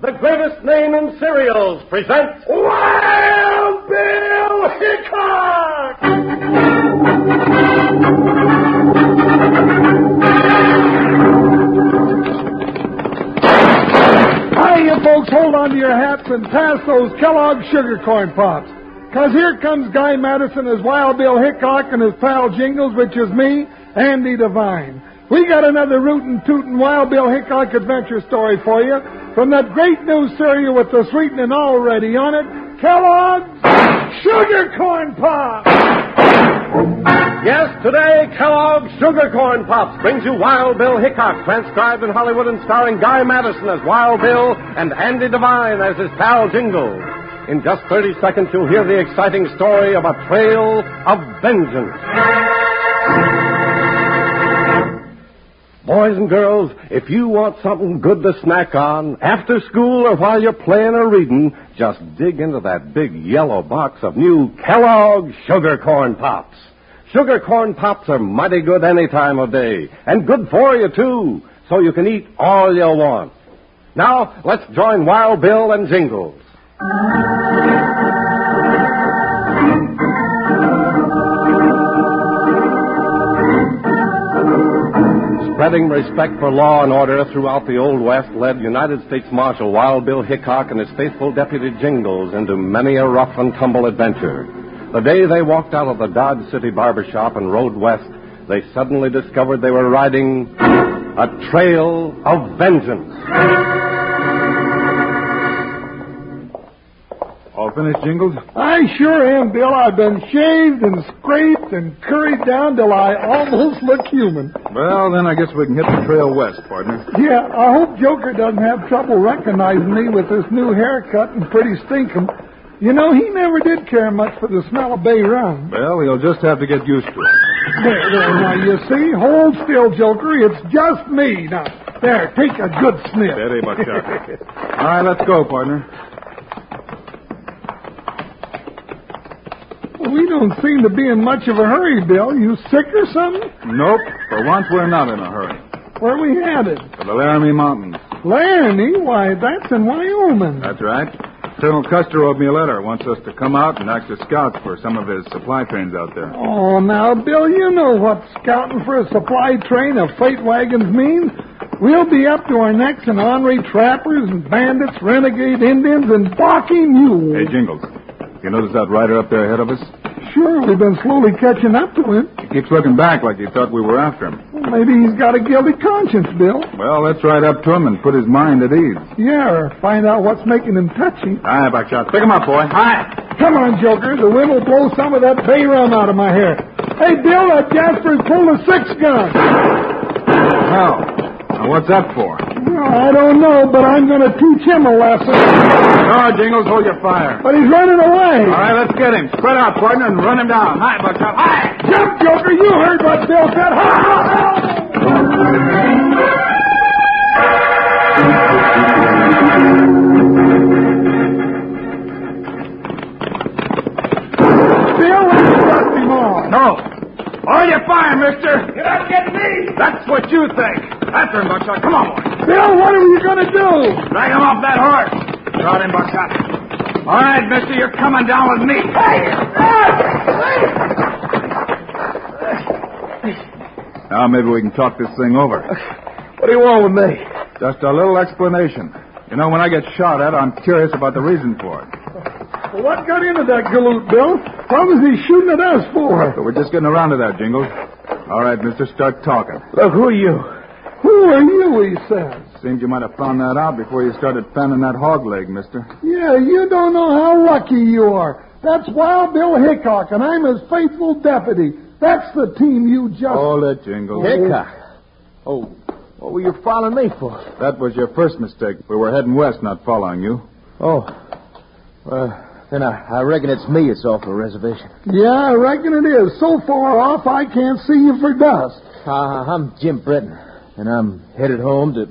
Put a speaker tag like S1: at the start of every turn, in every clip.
S1: the greatest name in cereals, presents Wild Bill Hickok!
S2: Hi, you folks, hold on to your hats and pass those Kellogg sugar corn pops. Cause here comes Guy Madison as Wild Bill Hickok and his pal Jingles, which is me, Andy Devine. We got another rootin' tootin' Wild Bill Hickok adventure story for you from that great new cereal with the sweetening already on it, Kellogg's Sugar Corn Pops!
S1: Yes, today Kellogg's Sugar Corn Pops brings you Wild Bill Hickok, transcribed in Hollywood and starring Guy Madison as Wild Bill and Andy Devine as his pal Jingles. In just 30 seconds, you'll hear the exciting story of a trail of vengeance. Boys and girls, if you want something good to snack on, after school or while you're playing or reading, just dig into that big yellow box of new Kellogg's Sugar Corn Pops. Sugar Corn Pops are mighty good any time of day, and good for you, too, so you can eat all you want. Now, let's join Wild Bill and Jingles. Spreading respect for law and order throughout the Old West led United States Marshal Wild Bill Hickok and his faithful deputy Jingles into many a rough and tumble adventure. The day they walked out of the Dodge City barber shop and rode west, they suddenly discovered they were riding a trail of vengeance.
S3: All finished, Jingles?
S2: I sure am, Bill. I've been shaved and scraped and curried down till I almost look human.
S3: Well, then I guess we can hit the trail west, partner.
S2: Yeah, I hope Joker doesn't have trouble recognizing me with this new haircut and pretty stinking. You know, he never did care much for the smell of bay rum.
S3: Well, we'll just have to get used to it.
S2: There, there, now you see, hold still, Joker. It's just me. Now, there, take a good sniff.
S3: Steady, Buckshot. uh, All right, let's go, partner.
S2: We don't seem to be in much of a hurry, Bill. You sick or something?
S3: Nope. For once, we're not in a hurry.
S2: Where we headed?
S3: For the Laramie Mountains.
S2: Laramie? Why, that's in Wyoming.
S3: That's right. Colonel Custer wrote me a letter. Wants us to come out and act as scouts for some of his supply trains out there.
S2: Oh, now, Bill, you know what scouting for a supply train of freight wagons means. We'll be up to our necks in ornery trappers and bandits, renegade Indians, and balking
S3: Hey,
S2: mules.
S3: Jingles. You notice that rider up there ahead of us?
S2: Sure, we've been slowly catching up to him.
S3: He keeps looking back like he thought we were after him.
S2: Maybe he's got a guilty conscience, Bill.
S3: Well, let's ride up to him and put his mind at ease.
S2: Yeah, or find out what's making him touchy.
S3: All right, Buckshot. uh, Pick him up, boy. Hi.
S2: Come on, Joker. The wind will blow some of that bay rum out of my hair. Hey, Bill, that Jasper's pulled a six gun.
S3: Well, now what's that for?
S2: Well, I don't know, but I'm going to teach him a lesson.
S3: No, Jingles, hold your fire.
S2: But he's running away.
S3: All right, let's get him. Spread out, partner, and run him down. Hi, Buckshot. Hi.
S2: Jump, Joker! You heard what Bill said. Ha, ha, ha! Bill, we struck him off.
S3: No. Hold your fire, mister. You're not getting me. That's what you think. After him, Buckshot. Come on, boy.
S2: Bill, what are you going to do?
S3: Drag him off that horse. Trot him, Buckshot. All right, mister, you're coming down with me. Now maybe we can talk this thing over.
S2: What do you want with me?
S3: Just a little explanation. You know, when I get shot at, I'm curious about the reason for it.
S2: What got into that galoot, Bill? What was he shooting at us for?
S3: But we're just getting around to that, Jingles. All right, mister, start talking.
S2: Look, who are you? Who are you, he says.
S3: Seems you might have found that out before you started fanning that hog leg, mister.
S2: Yeah, you don't know how lucky you are. That's Wild Bill Hickok, and I'm his faithful deputy. That's the team you just.
S3: All that, Jingles.
S4: Oh, what were you following me for?
S3: That was your first mistake. We were heading west, not following you.
S4: Oh, well, then I, I reckon it's me it's off the reservation.
S2: Yeah, I reckon it is. So far off, I can't see you for dust.
S4: Uh, I'm Jim Breton, and I'm headed home to.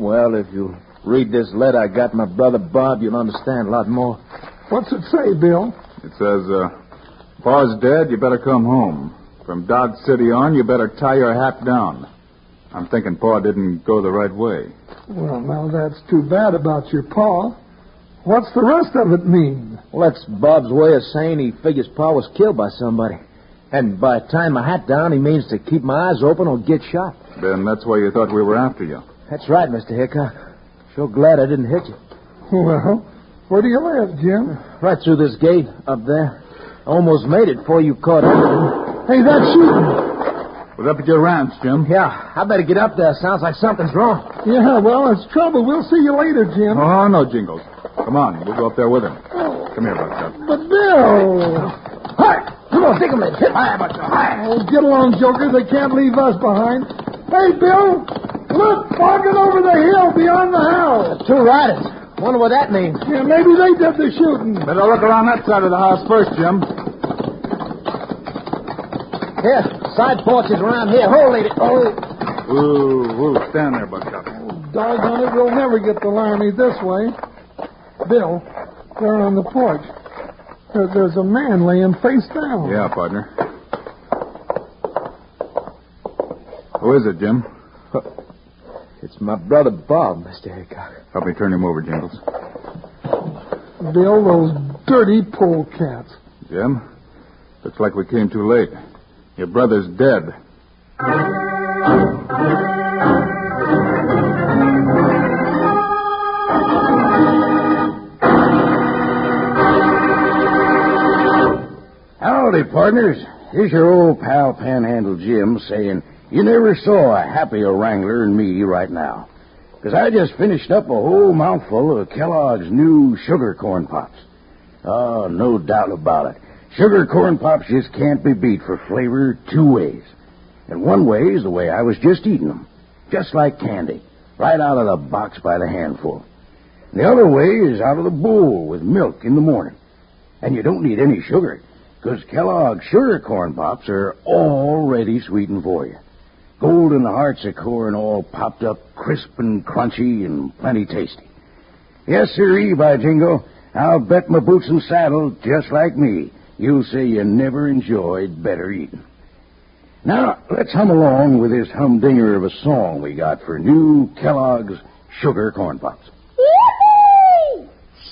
S4: Well, if you read this letter I got my brother Bob, you'll understand a lot more.
S2: What's it say, Bill?
S3: It says, uh, Pa's dead, you better come home. From Dodge City on, you better tie your hat down. I'm thinking Pa didn't go the right way.
S2: Well, now that's too bad about your pa. What's the rest of it mean?
S5: Well, that's Bob's way of saying he figures Pa was killed by somebody. And by the time I hat down, he means to keep my eyes open or get shot.
S3: Then that's why you thought we were after you.
S5: That's right, Mr. Hickok. Sure glad I didn't hit you.
S2: Well, where do you live, Jim?
S5: Right through this gate up there. I almost made it before you caught up.
S2: Hey, that's shooting.
S3: We're up at your ranch, Jim.
S5: Yeah, I better get up there. Sounds like something's wrong.
S2: Yeah, well, it's trouble. We'll see you later, Jim.
S3: Oh, no, Jingles. Come on, we'll go up there with him. Come here, Buckshot.
S2: But Bill.
S5: Hi! Come on, take a minute. Hit my
S2: Oh, get along, Joker. They can't leave us behind. Hey, Bill. Look, fogging over the hill beyond the house.
S5: Two riders. Wonder what that means.
S2: Yeah, maybe they did the shooting.
S3: Better look around that side of the house first, Jim.
S5: Here, side porches around here. Hold it. Oh,
S3: Ooh, ooh, stand there, Buckshot.
S2: Doggone it, we'll never get the Laramie this way. Bill, there on the porch. There- there's a man laying face down.
S3: Yeah, partner. Who is it, Jim?
S5: it's my brother Bob, Mr. Hickok.
S3: Help me turn him over, Jingles.
S2: Bill, those dirty polecats.
S3: Jim, looks like we came too late. Your brother's dead.
S4: Howdy, partners. Here's your old pal Panhandle Jim saying, You never saw a happier wrangler than me right now. 'Cause I just finished up a whole mouthful of Kellogg's new sugar corn pops. Oh, no doubt about it. Sugar corn pops just can't be beat for flavor two ways. And one way is the way I was just eating 'em, just like candy, right out of the box by the handful. And the other way is out of the bowl with milk in the morning. And you don't need any sugar, because Kellogg's sugar corn pops are already sweetened for you. Golden hearts of corn all popped up crisp and crunchy and plenty tasty. Yes, sirree, by jingo. I'll bet my boots and saddle, just like me, you'll say you never enjoyed better eating. Now, let's hum along with this humdinger of a song we got for new Kellogg's sugar corn pops.
S6: Yippee!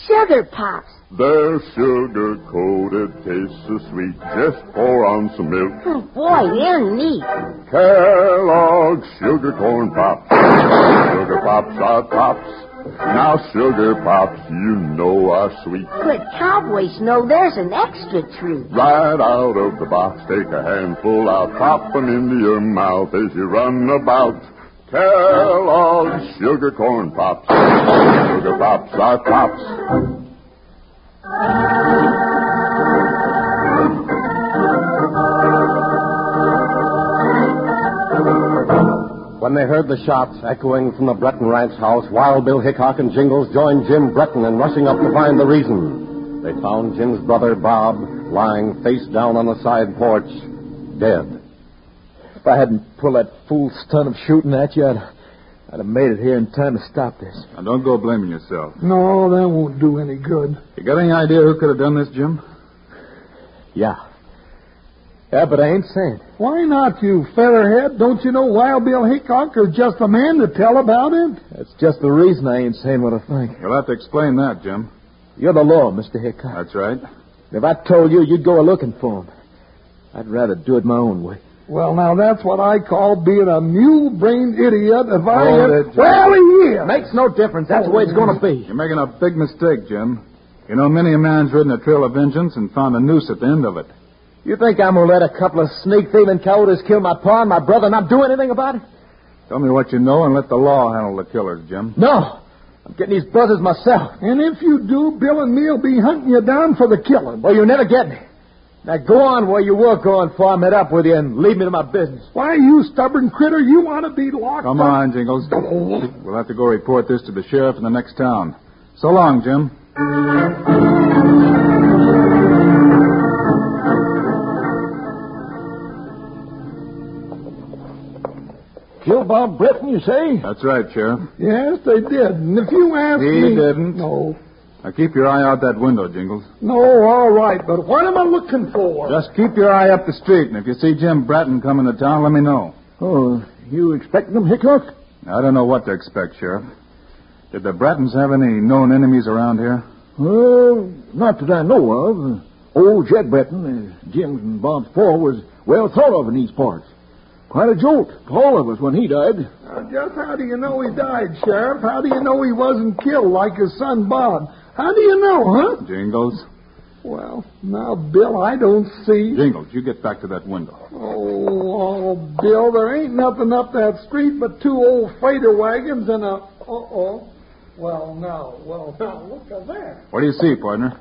S6: Sugar pops.
S7: They're sugar coated, tastes so sweet. Just pour on some milk.
S6: Oh boy, they're neat.
S7: Kellogg's sugar corn pops. Sugar pops are pops. Now sugar pops, you know are sweet.
S6: But cowboys know there's an extra treat.
S7: Right out of the box, take a handful out, pop 'em into your mouth as you run about. Kellogg's sugar corn pops. Sugar pops are pops.
S1: When they heard the shots echoing from the Breton ranch house, Wild Bill Hickok and Jingles joined Jim Breton in rushing up to find the reason. They found Jim's brother, Bob, lying face down on the side porch, dead.
S5: If I hadn't pulled that fool stunt of shooting at you, I'd, I'd have made it here in time to stop this.
S3: Now, don't go blaming yourself.
S2: No, that won't do any good.
S3: You got any idea who could have done this, Jim?
S5: Yeah. Yeah, but I ain't saying.
S2: Why not, you featherhead? Don't you know Wild Bill Hickok is just the man to tell about it?
S5: That's just the reason I ain't saying what I think.
S3: You'll have to explain that, Jim.
S5: You're the law, Mr. Hickok.
S3: That's right.
S5: If I told you, you'd go a-looking for him. I'd rather do it my own way.
S2: Well, now that's what I call being a mule-brained idiot. If I
S3: Oh,
S2: am-
S3: that's-
S2: well, he is.
S5: Makes no difference. That's the way it's going to be.
S3: You're making a big mistake, Jim. You know, many a man's ridden a trail of vengeance and found a noose at the end of it.
S5: You think I'm going to let a couple of sneak thieving cowards kill my pa and my brother and not do anything about it?
S3: Tell me what you know and let the law handle the killers, Jim.
S5: No. I'm getting these buzzers myself.
S2: And if you do, Bill and me'll be hunting you down for the killing.
S5: Well, you never get me. Now go on where you were going before I met up with you and leave me to my business.
S2: Why, you stubborn critter, you want to be locked
S3: Come
S2: up.
S3: on, Jingles. We'll have to go report this to the sheriff in the next town. So long, Jim.
S5: Kill Bob Britton, you say?
S3: That's right, Sheriff.
S2: Yes, they did. And if you ask
S3: He
S2: me...
S3: didn't.
S2: No.
S3: Now keep your eye out that window, Jingles.
S2: No, all right, but what am I looking for?
S3: Just keep your eye up the street, and if you see Jim Bratton coming to town, let me know.
S5: Oh, you expecting them, Hickok?
S3: I don't know what to expect, Sheriff. Did the Brettons have any known enemies around here?
S5: Well, not that I know of. Old Jed Breton, as Jim's and Bob's four, was well thought of in these parts. Quite a jolt to all of us when he died.
S2: Now, Uh, just how do you know he died, Sheriff? How do you know he wasn't killed like his son Bob? How do you know, huh?
S3: Jingles?
S2: Well, now, Bill, I don't see.
S3: Jingles, you get back to that window.
S2: Oh, oh, Bill, there ain't nothing up that street but two old freighter wagons and a. Uh oh. Well, now, well, now, look at that.
S3: What do you see, partner?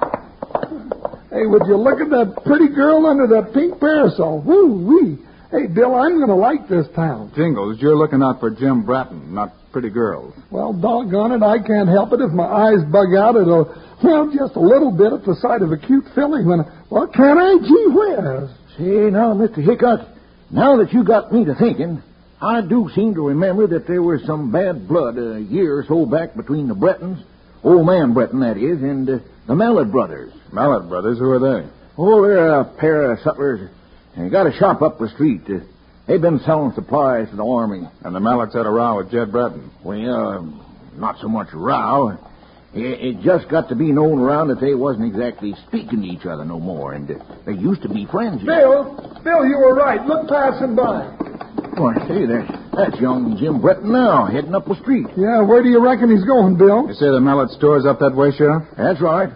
S2: Hey, would you look at that pretty girl under that pink parasol? Woo wee. Hey, Bill, I'm going to like this town.
S3: Jingles, you're looking out for Jim Bratton, not pretty girls.
S2: Well, doggone it, I can't help it if my eyes bug out at a, well, just a little bit at the sight of a cute filly when, I, well, can I? Gee whiz.
S5: See, now, Mr. Hickok, now that you got me to thinking, I do seem to remember that there was some bad blood a year or so back between the Bretons, old man Breton, that is, and uh, the Mallet brothers.
S3: Mallet brothers, who are they?
S5: Oh, they're a pair of sutlers. They got a shop up the street. Uh, they've been selling supplies to the army.
S3: And the Mallets had a row with Jed Bratton.
S5: Well, uh, not so much row. It, it just got to be known around that they wasn't exactly speaking to each other no more, and uh, they used to be friends. you know.
S2: Bill, Bill, you were right. Look passing by.
S5: Why, say, there's, that's young Jim Breton now, heading up the street.
S2: Yeah, where do you reckon he's going, Bill?
S3: You say the Mallet store's up that way, Sheriff?
S5: That's right.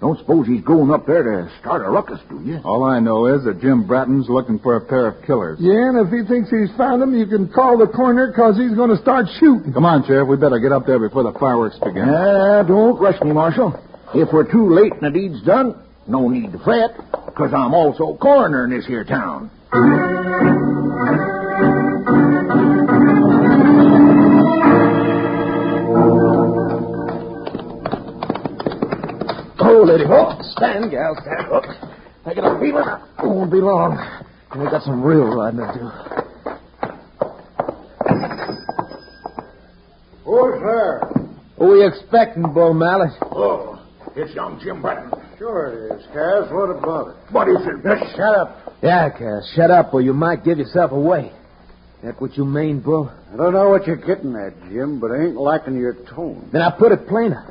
S5: Don't suppose he's going up there to start a ruckus, do you?
S3: All I know is that Jim Bratton's looking for a pair of killers.
S2: Yeah, and if he thinks he's found him, you can call the coroner 'cause he's going to start shooting.
S3: Come on, Sheriff. We better get up there before the fireworks begin.
S5: Ah, don't rush me, Marshal. If we're too late and the deed's done, no need to fret, 'cause I'm also coroner in this here town. Oh, lady, oh, stand, gal, stand. Oh, I got a feeling it won't be long. We got some real riding to do.
S4: Who's there?
S5: What we expecting, Bull Mallet?
S4: Oh,
S1: It's young Jim Breton.
S4: sure it is, Cass. What about it?
S1: But he's in this.
S5: Shut up. Yeah, Cass, shut up, or you might give yourself away. That what you mean, Bull?
S4: I don't know what you're getting at, Jim, but I ain't liking your tone.
S5: Then I put it plainer.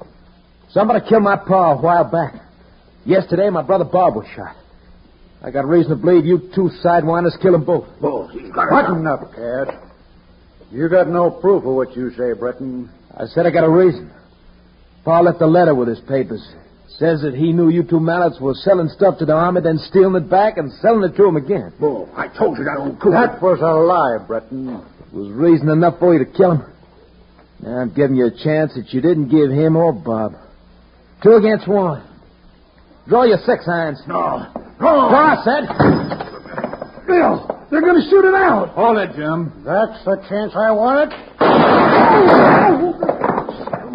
S5: Somebody killed my pa a while back. Yesterday, my brother Bob was shot. I got reason to believe you two sidewinders killed 'em both.
S1: Bull, he's got
S4: Button up, Cass. You got no proof of what you say, Breton.
S5: I said I got a reason. Pa left a letter with his papers. Says that he knew you two mallets were selling stuff to the army, then stealing it back and selling it to 'em again.
S1: Bull, I told you that old coot.
S4: That was a lie, Breton.
S5: was reason enough for you to kill him. Now I'm giving you a chance that you didn't give him or Bob. Two against one. Draw your six irons.
S1: No.
S5: Draw, I said.
S2: Bill, they're going to shoot it out.
S3: Hold it, Jim.
S4: That's the chance I wanted.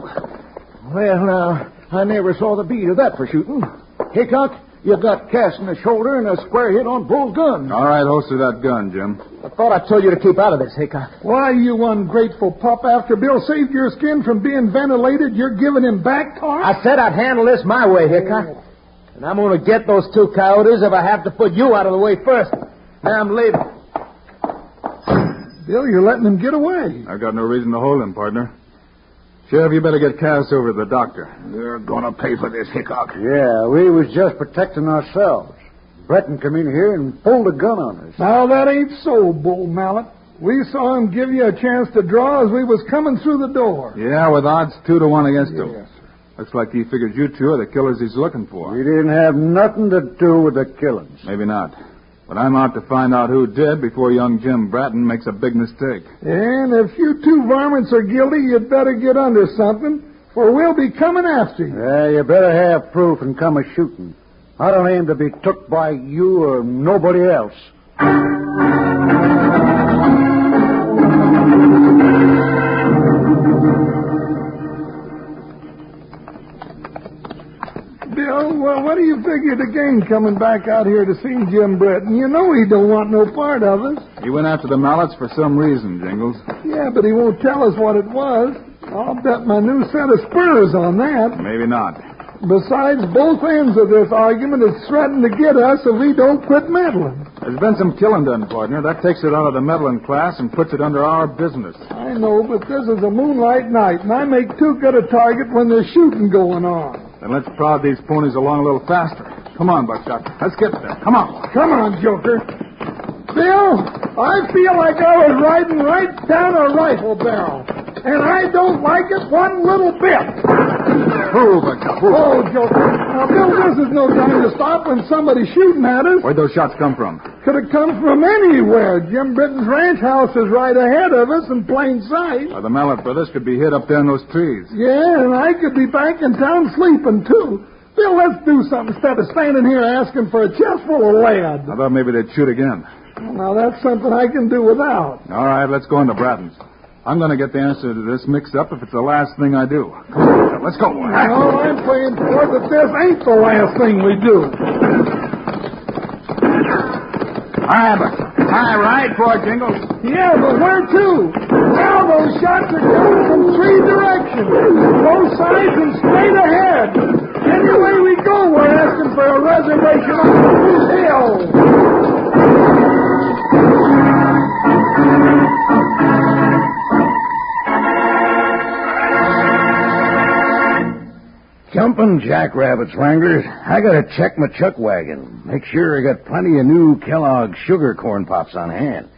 S5: Well, now, I never saw the beat of that for shooting. Hickok, you got cast in the shoulder and a square hit on Bull's gun.
S3: All right, holster that gun, Jim.
S5: I thought I told you to keep out of this, Hickok.
S2: Why, you ungrateful pup, after Bill saved your skin from being ventilated, you're giving him back tar?
S5: I said I'd handle this my way, Hickok. And I'm going to get those two coyotes if I have to put you out of the way first. Now I'm leaving.
S2: Bill, you're letting him get away.
S3: I've got no reason to hold him, partner. Sheriff, you better get Cass over to the doctor.
S1: You're gonna pay for this, Hickok.
S4: Yeah, we was just protecting ourselves. Breton come in here and pulled a gun on us.
S2: Now, that ain't so, Bull Mallet. We saw him give you a chance to draw as we was coming through the door.
S3: Yeah, with odds two to one against him. Looks like he figures you two are the killers he's looking for.
S4: We didn't have nothing to do with the killings.
S3: Maybe not. But I'm out to find out who did before young Jim Bratton makes a big mistake.
S2: And if you two varmints are guilty, you'd better get under something, for we'll be coming after you.
S4: Yeah, you better have proof and come a shooting. I don't aim to be took by you or nobody else.
S2: Bill, well, what do you figure to gain coming back out here to see Jim Breton? You know he don't want no part of us.
S3: He went after the mallets for some reason, Jingles.
S2: Yeah, but he won't tell us what it was. I'll bet my new set of spurs on that.
S3: Maybe not.
S2: Besides, both ends of this argument is threatened to get us if we don't quit meddling.
S3: There's been some killing done, partner. That takes it out of the meddling class and puts it under our business.
S2: I know, but this is a moonlight night, and I make too good a target when there's shooting going on.
S3: Then let's prod these ponies along a little faster. Come on, Buckshot. Let's get there. Come on.
S2: Come on, Joker. Bill, I feel like I was riding right down a rifle barrel, and I don't like it one little bit.
S3: Prove Buckshot. Prove it.
S2: Oh, Joker. Now, Bill, this is no time to stop when somebody's shooting at us.
S3: Where'd those shots come from?
S2: Could have come from anywhere. Jim Britton's ranch house is right ahead of us in plain sight.
S3: Why, the Mallet brothers could be hid up there in those trees.
S2: Yeah, and I could be back in town sleeping, too. Bill, let's do something instead of standing here asking for a chest full of lead.
S3: I thought maybe they'd shoot again.
S2: Now, that's something I can do without.
S3: All right, let's go into Bratton's. I'm going to get the answer to this mixed up if it's the last thing I do. Come on, Buckshot, let's go.
S2: All I'm praying for that this ain't the last thing we do.
S3: Hi, Buckshot. Hi, right, boy Jingles.
S2: Yeah, but where to? Now those shots are coming from three directions, both sides and straight ahead. Any way we go, we're asking for a reservation on Spruce Hill.
S4: Jumping jackrabbits, Wranglers. I gotta check my chuck wagon. Make sure I got plenty of new Kellogg's sugar corn pops on hand.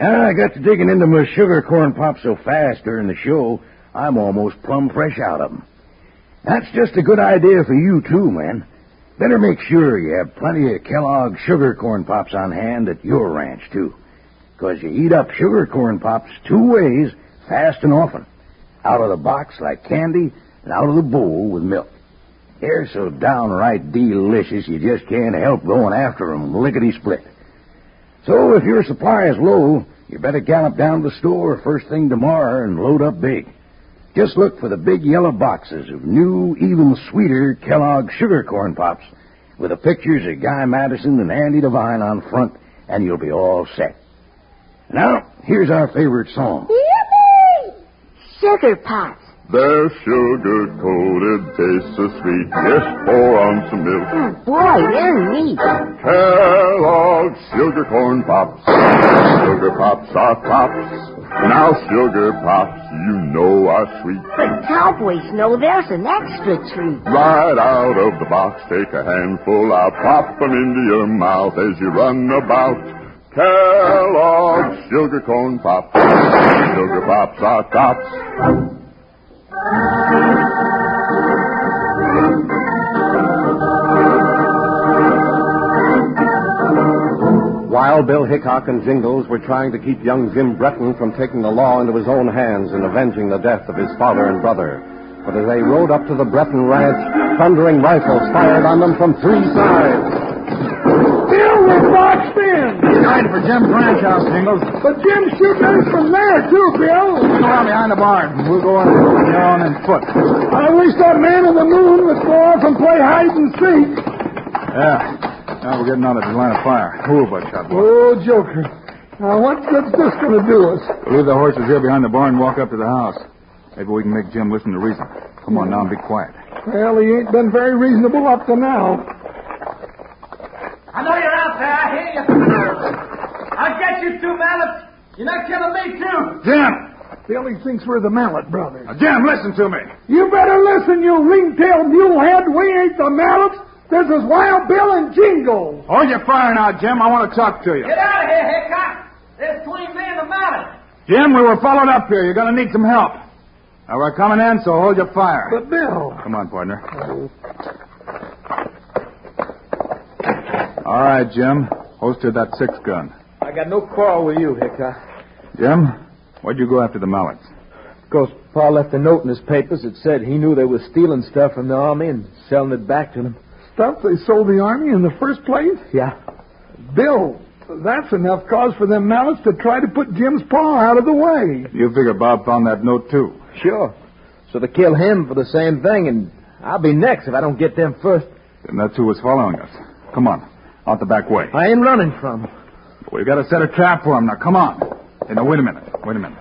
S4: Ah, I got to digging into my sugar corn pops so fast during the show, I'm almost plumb fresh out of 'em. That's just a good idea for you too, man. Better make sure you have plenty of Kellogg's sugar corn pops on hand at your ranch too. 'Cause you eat up sugar corn pops two ways, fast and often out of the box like candy and out of the bowl with milk. They're so downright delicious you just can't help going after 'em lickety split. So if your supply is low, you better gallop down to the store first thing tomorrow and load up big. Just look for the big yellow boxes of new, even sweeter Kellogg's sugar corn pops with the pictures of Guy Madison and Andy Devine on front, and you'll be all set. Now, here's our favorite song.
S6: Yippee! Sugar Pops.
S7: They're sugar coated, taste so sweet. Just pour on some milk.
S6: Oh, boy, they're neat.
S7: Kellogg's sugar corn pops. Sugar pops are pops. Now sugar pops, you know are sweet.
S6: The cowboys know there's an extra treat.
S7: Right out of the box, take a handful out, pop 'em into your mouth as you run about. Kellogg's sugar corn pops. Sugar pops are tops.
S1: While Bill Hickok and Jingles were trying to keep young Jim Breton from taking the law into his own hands and avenging the death of his father and brother, but as they rode up to the Breton ranch, thundering rifles fired on them from three sides.
S2: Bill, we're boxed in.
S3: Right for Jim's ranch house, Jingles.
S2: But Jim's shooting us from there, too, Bill.
S3: Go around behind the barn. We'll go on on and foot.
S2: I wish that man in the moon would go off and play hide and seek.
S3: Yeah. Now we're getting out of the line of fire. Ooh, Buckshot. boy.
S2: Oh, Joker. Now, what good's this going to do us?
S3: Leave the horses here behind the barn and walk up to the house. Maybe we can make Jim listen to reason. Come on now and be quiet.
S2: Well, he ain't been very reasonable up to now.
S8: I know you're out there. I hear you. I'll get you two mallets. You're not killing me, too.
S3: Jim!
S2: Billy thinks we're the Mallet brothers.
S3: Now, Jim, listen to me.
S2: You better listen, you ring-tailed mulehead. We ain't the Mallets. This is Wild Bill and Jingle.
S3: Hold your fire now, Jim. I want to talk to you.
S8: Get out of here, Hickok. There's 20 men in the mallet.
S3: Jim, we were followed up here. You're going to need some help. Now, we're coming in, so hold your fire.
S2: But Bill,
S3: Come on, partner. All right, Jim. Holster that six gun.
S9: I got no quarrel with you, Hickok.
S3: Jim, why'd you go after the mallets?
S9: Of course, Pa left a note in his papers that said he knew they were stealing stuff from the army and selling it back to them.
S2: stuff they sold the army in the first place?
S9: Yeah.
S2: Bill, that's enough cause for them Mallets to try to put Jim's paw out of the way.
S3: You figure Bob found that note, too.
S9: Sure. So they kill him for the same thing, and I'll be next if I don't get them first.
S3: And that's who was following us. Come on. Out the back way.
S9: I ain't running from 'em.
S3: We've got to set a trap for him. Now, come on. Hey, now, wait a minute. Wait a minute.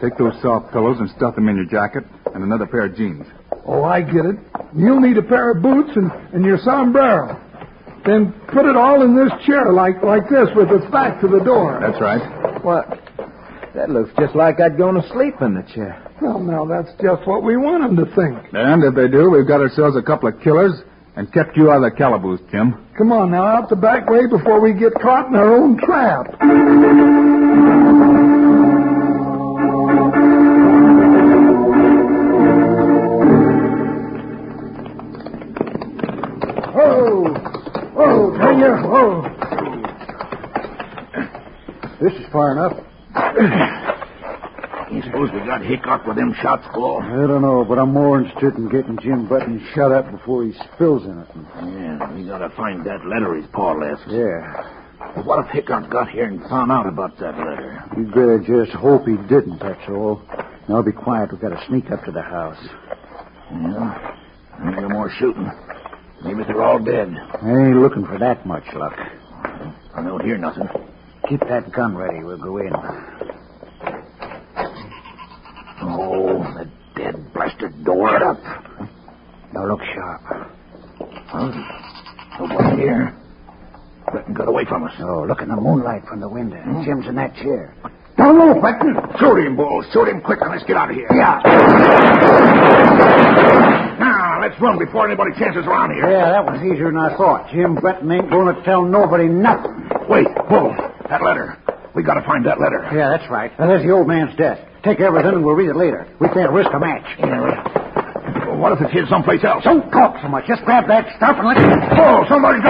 S3: Take those soft pillows and stuff them in your jacket and another pair of jeans.
S2: Oh, I get it. You'll need a pair of boots and, and your sombrero. Then put it all in this chair, like like this, with its back to the door.
S3: That's right.
S9: What? That looks just like I'd gone to sleep in the chair.
S2: Well, now that's just what we want 'em to think.
S3: And if they do, we've got ourselves a couple of killers and kept you out of the calaboose, Jim.
S2: Come on now, out the back way before we get caught in our own trap. Whoa! Whoa, Tanya! Whoa!
S5: This is far enough.
S4: You suppose we got Hickok with them shots, Claw?
S5: I don't know, but I'm more interested in getting Jim Button shut up before he spills anything.
S4: Yeah, we gotta find that letter his paw left.
S5: Yeah,
S4: What if Hickok got here and found out about that letter?
S5: you better just hope he didn't, that's all. Now be quiet. We've got to sneak up to the house.
S4: Yeah. Maybe no more shooting. Maybe they're all dead.
S5: I ain't looking for that much luck.
S4: I don't hear nothing.
S5: Keep that gun ready. We'll go in.
S4: Oh, the dead blasted door. Get up.
S5: Now look sharp.
S4: Nobody here. Breton got away from us. Hmm?
S5: Oh, look in the moonlight from the window. Jim's in that chair.
S4: Down low, Breton. Shoot him, Bull. Shoot him quick and let's get out of here. Yeah. Now, let's run before anybody chances around here.
S5: Yeah, that was easier than I thought. Jim Breton ain't going to tell nobody nothing.
S4: Wait, Bull. That letter. We gotta find that letter.
S5: Yeah, that's right. Now, there's the old man's desk. Take everything and we'll read it later. We can't risk a match.
S4: Yeah. Well, What if it's hid someplace else?
S5: Don't talk so much. Just grab that stuff and let's.
S4: Oh, somebody's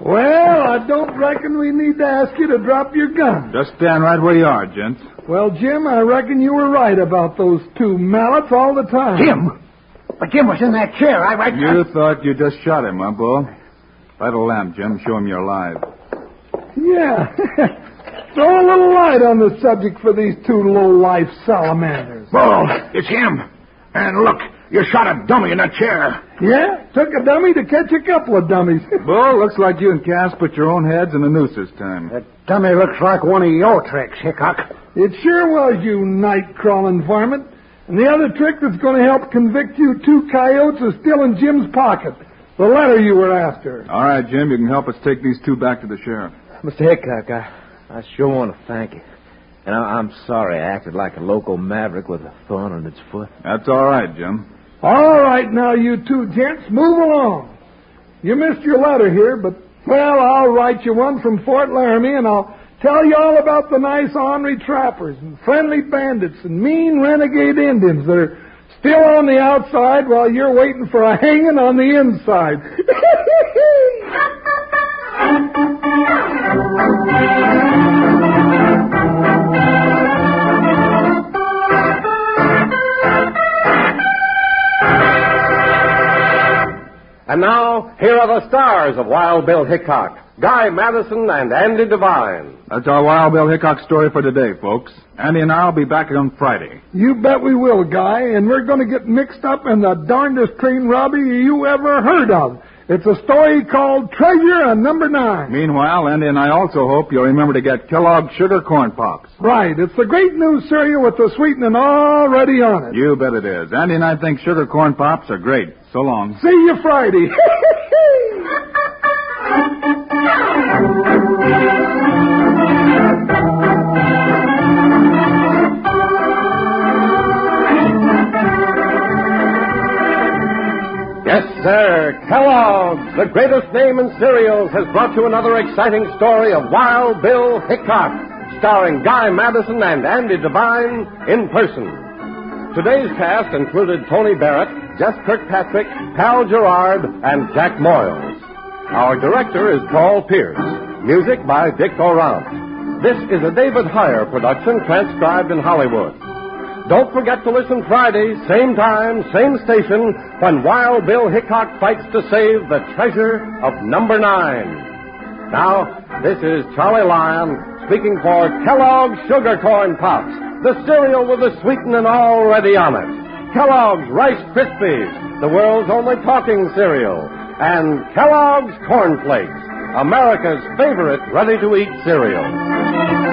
S2: Well, I don't reckon we need to ask you to drop your gun.
S3: Just stand right where you are, gents.
S2: Well, Jim, I reckon you were right about those two mallets all the time.
S5: Jim! But Jim was in that chair. I right.
S3: You thought you just shot him, huh, Bull? Light a lamp, Jim. Show him you're alive.
S2: Yeah. Throw a little light on the subject for these two low-life salamanders.
S4: Bull, it's him. And look, you shot a dummy in that chair.
S2: Yeah? Took a dummy to catch a couple of dummies.
S3: Bull, looks like you and Cass put your own heads in the noose this time.
S5: That dummy looks like one of your tricks, Hickok.
S2: It sure was, you night-crawling varmint. And the other trick that's going to help convict you two coyotes is still in Jim's pocket. The letter you were after.
S3: All right, Jim, you can help us take these two back to the sheriff.
S9: Mr. Hickok, I, I sure want to thank you. And I, I'm sorry I acted like a local maverick with a thorn in its foot.
S3: That's all right, Jim.
S2: All right, now, you two gents, move along. You missed your letter here, but, well, I'll write you one from Fort Laramie, and I'll tell you all about the nice ornery trappers and friendly bandits and mean renegade Indians that are still on the outside while you're waiting for a hanging on the inside.
S1: And now, here are the stars of Wild Bill Hickok, Guy Madison and Andy Devine.
S3: That's our Wild Bill Hickok story for today, folks. Andy and I'll be back on Friday.
S2: You bet we will, Guy, and we're going to get mixed up in the darndest train robbery you ever heard of. It's a story called Treasure and Number Nine.
S3: Meanwhile, Andy and I also hope you'll remember to get Kellogg's Sugar Corn Pops.
S2: Right, it's the great new cereal with the sweetening already on it.
S3: You bet it is. Andy and I think Sugar Corn Pops are great. So long.
S2: See you Friday.
S1: Yes, sir. Kellogg's, the greatest name in cereals, has brought you another exciting story of Wild Bill Hickok, starring Guy Madison and Andy Devine in person. Today's cast included Tony Barrett, Jess Kirkpatrick, Pal Gerard, and Jack Moyles. Our director is Paul Pierce. Music by Dick Orant. This is a David Heyer production transcribed in Hollywood. Don't forget to listen Friday, same time, same station, when Wild Bill Hickok fights to save the treasure of number nine. Now, this is Charlie Lyon speaking for Kellogg's Sugar Corn Pops, the cereal with the sweetening already on it, Kellogg's Rice Krispies, the world's only talking cereal, and Kellogg's Corn Flakes, America's favorite ready to eat cereal.